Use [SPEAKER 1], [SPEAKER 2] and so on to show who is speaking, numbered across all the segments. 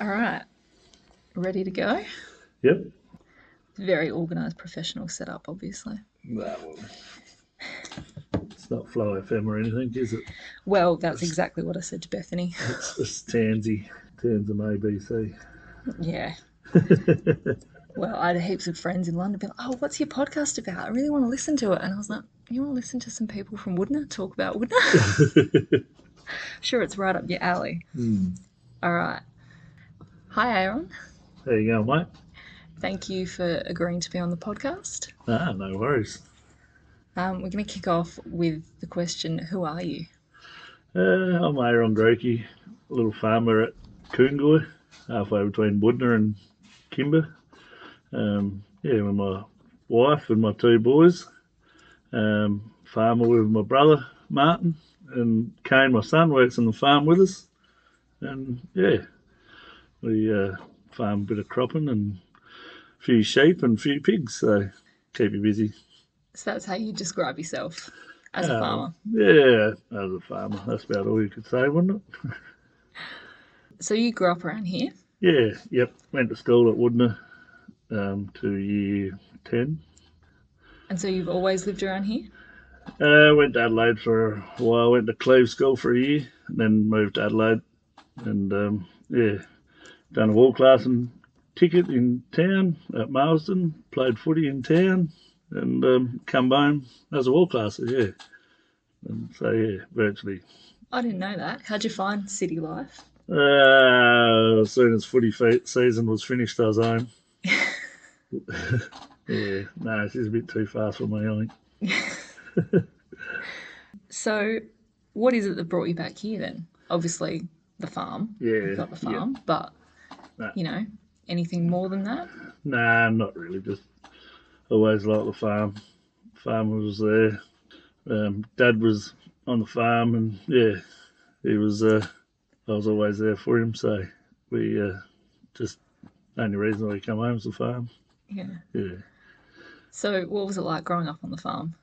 [SPEAKER 1] All right, ready to go?
[SPEAKER 2] Yep.
[SPEAKER 1] Very organised professional setup, obviously.
[SPEAKER 2] That one. It's not Flow FM or anything, is it?
[SPEAKER 1] Well, that's exactly what I said to Bethany.
[SPEAKER 2] It's just Tansy, Tansy ABC.
[SPEAKER 1] Yeah. Well, I had heaps of friends in London be like, oh, what's your podcast about? I really want to listen to it. And I was like, you want to listen to some people from Woodner talk about Woodner? sure, it's right up your alley.
[SPEAKER 2] Hmm.
[SPEAKER 1] All right. Hi, Aaron.
[SPEAKER 2] There you go, mate.
[SPEAKER 1] Thank you for agreeing to be on the podcast.
[SPEAKER 2] Ah, no worries.
[SPEAKER 1] Um, we're going to kick off with the question, who are you?
[SPEAKER 2] Uh, I'm Aaron Grokey, a little farmer at Coongoy, halfway between Woodner and Kimber. Um, yeah, with my wife and my two boys. Um, farmer with my brother, Martin, and Kane, my son, works on the farm with us. And yeah, we uh, farm a bit of cropping and a few sheep and a few pigs, so keep you busy.
[SPEAKER 1] So that's how you describe yourself as a
[SPEAKER 2] Um,
[SPEAKER 1] farmer.
[SPEAKER 2] Yeah, as a farmer, that's about all you could say, wasn't it?
[SPEAKER 1] So you grew up around here.
[SPEAKER 2] Yeah, yep. Went to school at Woodner um, to year 10.
[SPEAKER 1] And so you've always lived around here?
[SPEAKER 2] Uh, went to Adelaide for a while, went to Cleve School for a year, and then moved to Adelaide. And um, yeah, done a wall class and ticket in town at Marsden, played footy in town, and um, come home as a wall classer, yeah. And so, yeah, virtually.
[SPEAKER 1] I didn't know that. How'd you find city life?
[SPEAKER 2] Uh, as soon as footy fe- season was finished, I was home. yeah, no, she's a bit too fast for me, I think.
[SPEAKER 1] So, what is it that brought you back here then? Obviously, the farm.
[SPEAKER 2] Yeah.
[SPEAKER 1] You've got the
[SPEAKER 2] yeah.
[SPEAKER 1] farm, but
[SPEAKER 2] No.
[SPEAKER 1] you know, anything more than that?
[SPEAKER 2] Nah, not really. Just always liked the farm. Farmer was there. Um, Dad was on the farm, and yeah, he was. Uh, I was always there for him. So we uh, just only reason we come home is the farm.
[SPEAKER 1] Yeah.
[SPEAKER 2] Yeah.
[SPEAKER 1] So, what was it like growing up on the farm?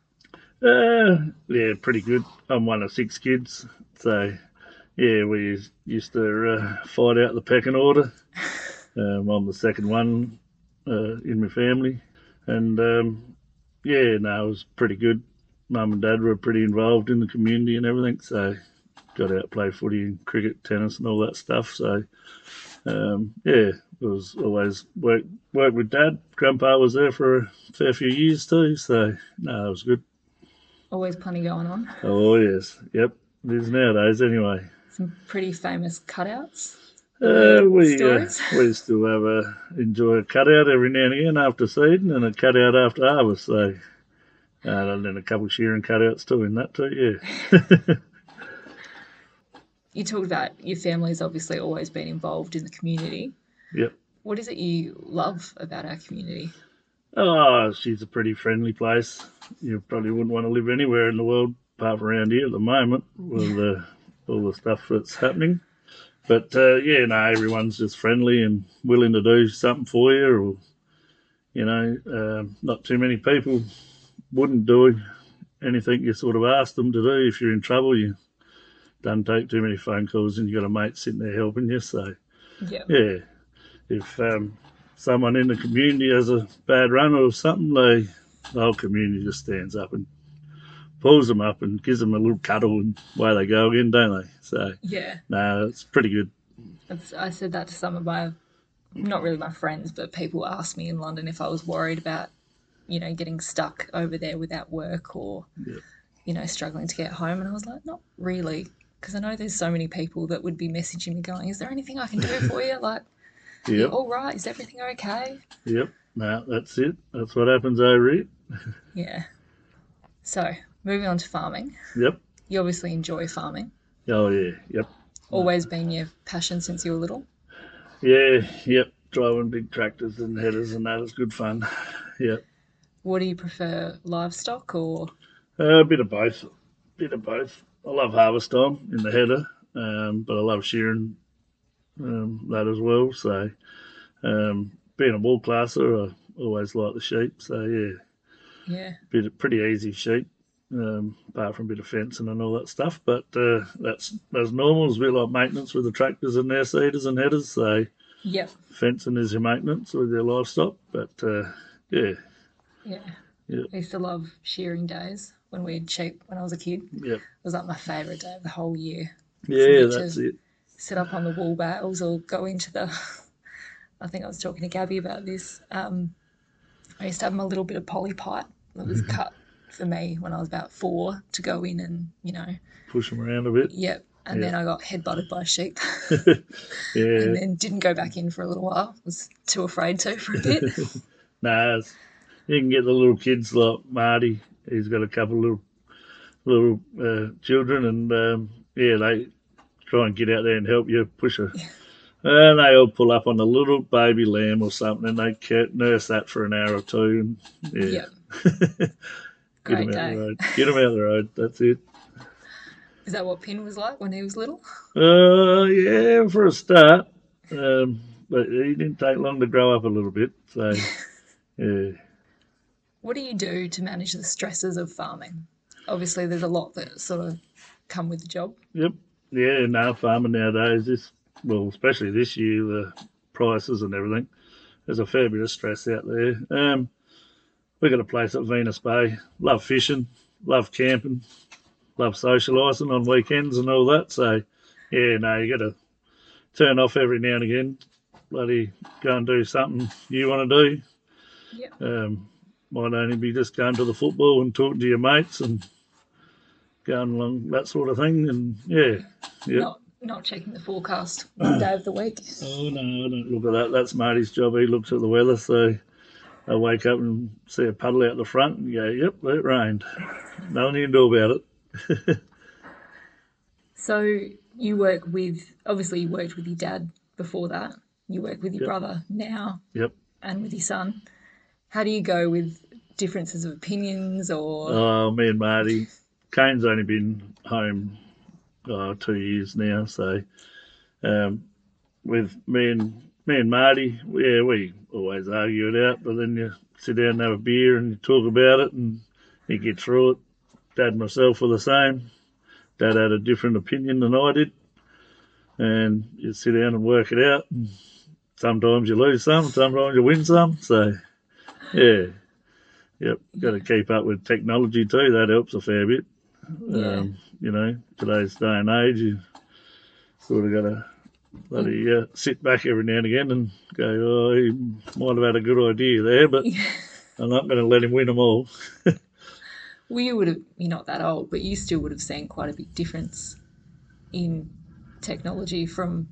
[SPEAKER 2] Uh, yeah, pretty good. I'm one of six kids, so yeah, we used to uh, fight out the pecking order. Um, I'm the second one uh, in my family, and um, yeah, no, it was pretty good. Mum and Dad were pretty involved in the community and everything, so got out play footy and cricket, tennis, and all that stuff. So um, yeah, it was always work work with Dad. Grandpa was there for a fair few years too, so no, it was good.
[SPEAKER 1] Always plenty going on.
[SPEAKER 2] Oh yes, yep. It is nowadays anyway.
[SPEAKER 1] Some pretty famous cutouts.
[SPEAKER 2] Uh, we uh,
[SPEAKER 1] Stories.
[SPEAKER 2] we still have a enjoy a cutout every now and again after seeding and a cutout after harvest. So, uh, and then a couple of shearing cutouts too in that too. Yeah,
[SPEAKER 1] You talked about your family's obviously always been involved in the community.
[SPEAKER 2] yep.
[SPEAKER 1] What is it you love about our community?
[SPEAKER 2] Oh, she's a pretty friendly place. You probably wouldn't want to live anywhere in the world apart from around here at the moment with uh, all the stuff that's happening. But uh, yeah, no, everyone's just friendly and willing to do something for you. Or, you know, um, not too many people wouldn't do anything you sort of ask them to do. If you're in trouble, you don't take too many phone calls and you got a mate sitting there helping you. So
[SPEAKER 1] Yeah.
[SPEAKER 2] yeah, if um, someone in the community has a bad run or something, they, the whole community just stands up and pulls them up and gives them a little cuddle and away they go again, don't they? So,
[SPEAKER 1] Yeah.
[SPEAKER 2] no, it's pretty good.
[SPEAKER 1] That's, I said that to some of my, not really my friends, but people asked me in London if I was worried about, you know, getting stuck over there without work or,
[SPEAKER 2] Yeah.
[SPEAKER 1] you know, struggling to get home. And I was like, not really. Because I know there's so many people that would be messaging me going, is there anything I can do for you? Like, you
[SPEAKER 2] Yep,
[SPEAKER 1] all right? Is everything okay?
[SPEAKER 2] yep. No, that's it. That's what happens over here.
[SPEAKER 1] Yeah. So moving on to farming.
[SPEAKER 2] Yep.
[SPEAKER 1] You obviously enjoy farming.
[SPEAKER 2] Oh, yeah, yep.
[SPEAKER 1] Always been your passion since you were little.
[SPEAKER 2] Yeah, yep. Driving big tractors and headers and that is good fun. Yep.
[SPEAKER 1] What do you prefer, livestock or
[SPEAKER 2] Uh, a bit of both. bit of both. I love harvest time in the header, um, but I love shearing um, that as well. So, um, being a wool classer, I always like the sheep. So, yeah,
[SPEAKER 1] yeah?
[SPEAKER 2] bit pretty easy sheep, um, apart from a bit of fencing and all that stuff. But uh, that's that's normal. It's a bit like maintenance with the tractors and their seeders and headers. So,
[SPEAKER 1] Yep.
[SPEAKER 2] Fencing is your maintenance with your livestock, but uh, yeah,
[SPEAKER 1] Yeah.
[SPEAKER 2] Yep.
[SPEAKER 1] I used to love shearing days when we'd sheep when I was a kid. It
[SPEAKER 2] yep,
[SPEAKER 1] was like my favourite day of the whole year.
[SPEAKER 2] yeah,
[SPEAKER 1] me
[SPEAKER 2] that's
[SPEAKER 1] too.
[SPEAKER 2] it.
[SPEAKER 1] Sit up on the wool bales or go into the. I think I was talking to Gabby about this. Um, I used to have my little bit of poly pipe that was
[SPEAKER 2] Mm-hmm.
[SPEAKER 1] cut for me when I was about four to go in and, you know,
[SPEAKER 2] Push them around a bit.
[SPEAKER 1] yep. And
[SPEAKER 2] Yeah.
[SPEAKER 1] then I got headbutted by a sheep
[SPEAKER 2] Yeah,
[SPEAKER 1] and then didn't go back in for a little while. Was too afraid to for a bit.
[SPEAKER 2] Nah, it's, you can get the little kids like Marty. He's got a couple little little uh, children, and um, yeah, they try and get out there and help you push her. And they all pull up on a little baby lamb or something, and they ca- nurse that for an hour or two. And, yeah,
[SPEAKER 1] Yep.
[SPEAKER 2] get 'em
[SPEAKER 1] Great
[SPEAKER 2] out the
[SPEAKER 1] day.
[SPEAKER 2] road. Get 'em out the road. That's it.
[SPEAKER 1] Is that what Pin was like when he was little?
[SPEAKER 2] Uh, yeah, for a start. Um, but he didn't take long to grow up a little bit. So, yeah.
[SPEAKER 1] What do you do to manage the stresses of farming? Obviously, there's a lot that sort of come with the job.
[SPEAKER 2] Yep. Yeah, no, farming nowadays, this, well, especially this year, the prices and everything, there's a fair bit of stress out there. Um, we got a place at Venus Bay. Love fishing, love camping, love socialising on weekends and all that. So, yeah, no, you got to turn off every now and again. Bloody go and do something you want to do.
[SPEAKER 1] Yep.
[SPEAKER 2] Um, might only be just going to the football and talking to your mates and going along that sort of thing. And yeah, yeah.
[SPEAKER 1] Not not checking the forecast one day of the week.
[SPEAKER 2] Oh no, I don't look at that. That's Marty's job. He looks at the weather. So I wake up and see a puddle out the front and go, "Yep, it rained." Nothing you can do about it.
[SPEAKER 1] So you work with obviously you worked with your dad before that. You work with your
[SPEAKER 2] Yep.
[SPEAKER 1] brother now
[SPEAKER 2] Yep.
[SPEAKER 1] and with your son. How do you go with differences of opinions or
[SPEAKER 2] Oh, me and Marty. Kane's only been home oh, two years now, so um, with me and me and Marty, yeah, we always argue it out. But then you sit down and have a beer and you talk about it, and you get through it. Dad and myself were the same. Dad had a different opinion than I did, and you sit down and work it out. And sometimes you lose some, sometimes you win some. So, yeah. Yep, got to keep up with technology too. That helps a fair bit.
[SPEAKER 1] Yeah.
[SPEAKER 2] Um, you know, today's day and age, you sort of got to bloody uh, sit back every now and again and go, "Oh, he might have had a good idea there, but I'm not going to let him win them all."
[SPEAKER 1] well you would have you're not that old, but you still would have seen quite a big difference in technology from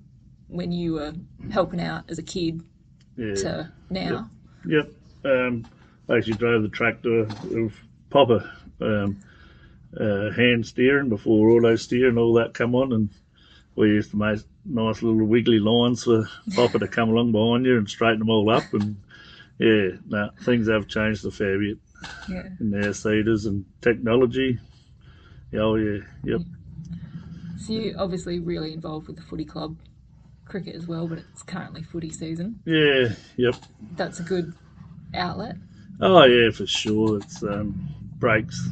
[SPEAKER 1] when you were helping out as a kid
[SPEAKER 2] Yeah.
[SPEAKER 1] to now.
[SPEAKER 2] Yep. Um, I actually drove the tractor of Popper, um, uh, hand steering before auto steer and all that come on, and we used to make nice little wiggly lines for Popper to come along behind you and straighten them all up. And yeah, no, things have changed a fair bit
[SPEAKER 1] Yeah.
[SPEAKER 2] in their seeders and technology. Oh yeah, yep.
[SPEAKER 1] So you're obviously really involved with the footy club, cricket as well, but it's currently footy season.
[SPEAKER 2] Yeah, yep.
[SPEAKER 1] That's a good outlet.
[SPEAKER 2] Oh yeah, for sure. It's um, breaks,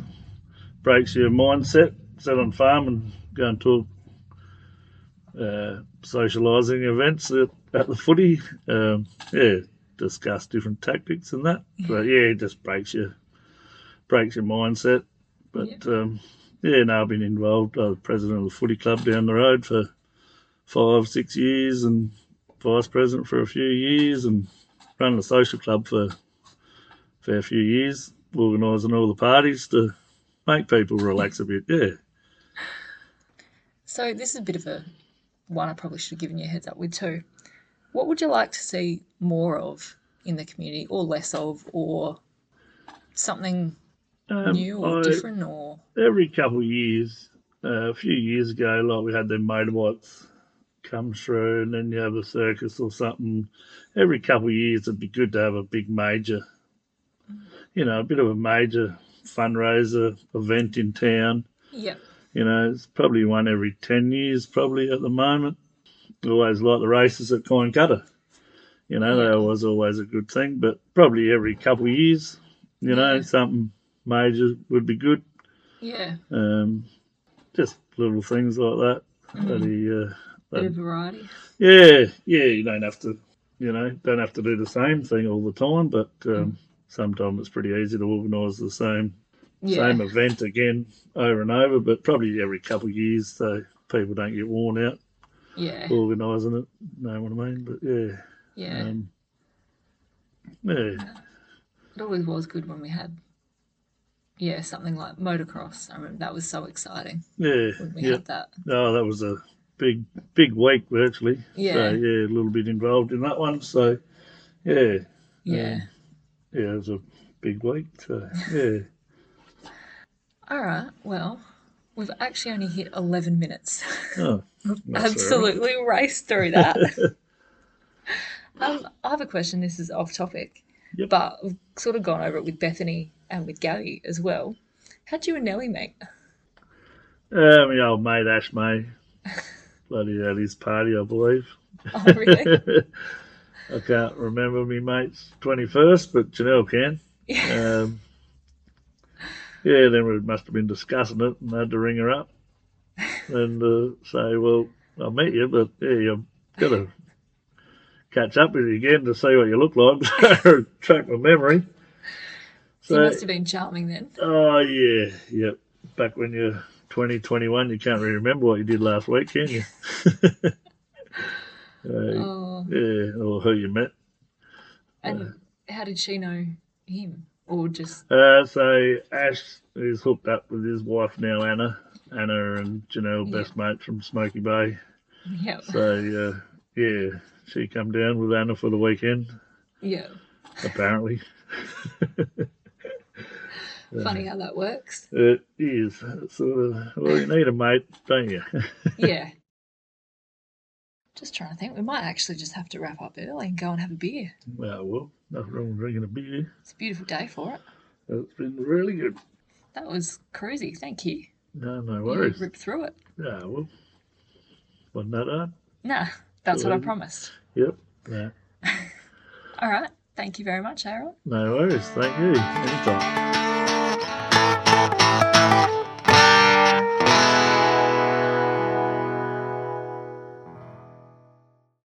[SPEAKER 2] breaks your mindset. Sit on farm and go and talk uh, socialising events at, at the footy. Um, yeah, discuss different tactics and that. But yeah, it just breaks your breaks your mindset. But um, yeah, no, I've been involved. I was president of the footy club down the road for five, six years, and vice president for a few years, and run the social club for fair few years, organising all the parties to make people relax a bit. Yeah,
[SPEAKER 1] So this is a bit of a one I probably should have given you a heads up with too. What would you like to see more of in the community or less of or something
[SPEAKER 2] um,
[SPEAKER 1] Oh, new or
[SPEAKER 2] I-
[SPEAKER 1] different or
[SPEAKER 2] every couple of years, uh, a few years ago, like we had them motorbikes come through, and then you have a circus or something. Every couple of years, it'd be good to have a big major, you know, a bit of a major fundraiser event in town.
[SPEAKER 1] Yep.
[SPEAKER 2] You know, it's probably one every 10 years, probably at the moment. Always like the races at Coin Cutter. You know,
[SPEAKER 1] Yeah.
[SPEAKER 2] that was always a good thing, but probably every couple of years, you know,
[SPEAKER 1] Yeah.
[SPEAKER 2] something major would be good.
[SPEAKER 1] Yeah.
[SPEAKER 2] Um, just little things like that. Bloody, uh,
[SPEAKER 1] Bit of variety.
[SPEAKER 2] Yeah, yeah, you don't have to, you know, don't have to do the same thing all the time, but um, sometimes it's pretty easy to organise the same
[SPEAKER 1] Yeah.
[SPEAKER 2] same event again over and over, but probably every couple of years, so people don't get worn out
[SPEAKER 1] Yeah.
[SPEAKER 2] organising it. Know what I mean? But yeah,
[SPEAKER 1] Yeah.
[SPEAKER 2] um, yeah,
[SPEAKER 1] it
[SPEAKER 2] Um,
[SPEAKER 1] always was good when we had yeah, something like motocross. I remember that was so exciting
[SPEAKER 2] yeah,
[SPEAKER 1] when we
[SPEAKER 2] yeah.
[SPEAKER 1] had that.
[SPEAKER 2] No, that was a big, big week virtually. So
[SPEAKER 1] Yeah.
[SPEAKER 2] yeah, a little bit involved in that one. So yeah,
[SPEAKER 1] Yeah.
[SPEAKER 2] yeah, it was a big week. So yeah.
[SPEAKER 1] All right. Well, we've actually only hit 11 minutes.
[SPEAKER 2] Oh, that's all right.
[SPEAKER 1] Absolutely raced through that. Um, I have a question. This is off topic,
[SPEAKER 2] Yep.
[SPEAKER 1] but we've sort of gone over it with Bethany and with Gally as well. How'd you and Nelly mate?
[SPEAKER 2] Uh, my old mate Ash May, bloody at his party, I believe.
[SPEAKER 1] Oh, really?
[SPEAKER 2] I can't remember me mate's twenty first, but Janelle can.
[SPEAKER 1] Yeah.
[SPEAKER 2] Um, yeah, then we must have been discussing it, and I had to ring her up and uh, say, "Well, I met you, but yeah, you've got to catch up with you again to see what you look like, or track my memory."
[SPEAKER 1] So you must have been charming then.
[SPEAKER 2] Oh yeah, yep. Back when you're 20, 21, you can't really remember what you did last week, can you? Uh,
[SPEAKER 1] Oh,
[SPEAKER 2] yeah, or who you met.
[SPEAKER 1] and how did she know him? Or just,
[SPEAKER 2] Uh, so Ash is hooked up with his wife now, Anna. Anna and Janelle,
[SPEAKER 1] Yeah.
[SPEAKER 2] best mates from Smoky Bay.
[SPEAKER 1] yeah,
[SPEAKER 2] So uh, yeah, she come down with Anna for the weekend,
[SPEAKER 1] yeah.
[SPEAKER 2] apparently.
[SPEAKER 1] Funny how that works.
[SPEAKER 2] It is sort of well, you need a mate, don't you?
[SPEAKER 1] Yeah. Just trying to think. We might actually just have to wrap up early and go and have a beer.
[SPEAKER 2] well, well, nothing wrong with drinking a beer.
[SPEAKER 1] It's a beautiful day for it.
[SPEAKER 2] It's been really good.
[SPEAKER 1] That was crazy. Thank you.
[SPEAKER 2] No, no
[SPEAKER 1] You
[SPEAKER 2] worries.
[SPEAKER 1] ripped through it.
[SPEAKER 2] Yeah, well, wasn't that hard?
[SPEAKER 1] Nah, that's what I
[SPEAKER 2] Alright.
[SPEAKER 1] promised.
[SPEAKER 2] Yep. No,
[SPEAKER 1] All right. Thank you very much, Harold.
[SPEAKER 2] no worries. Thank you. Anytime.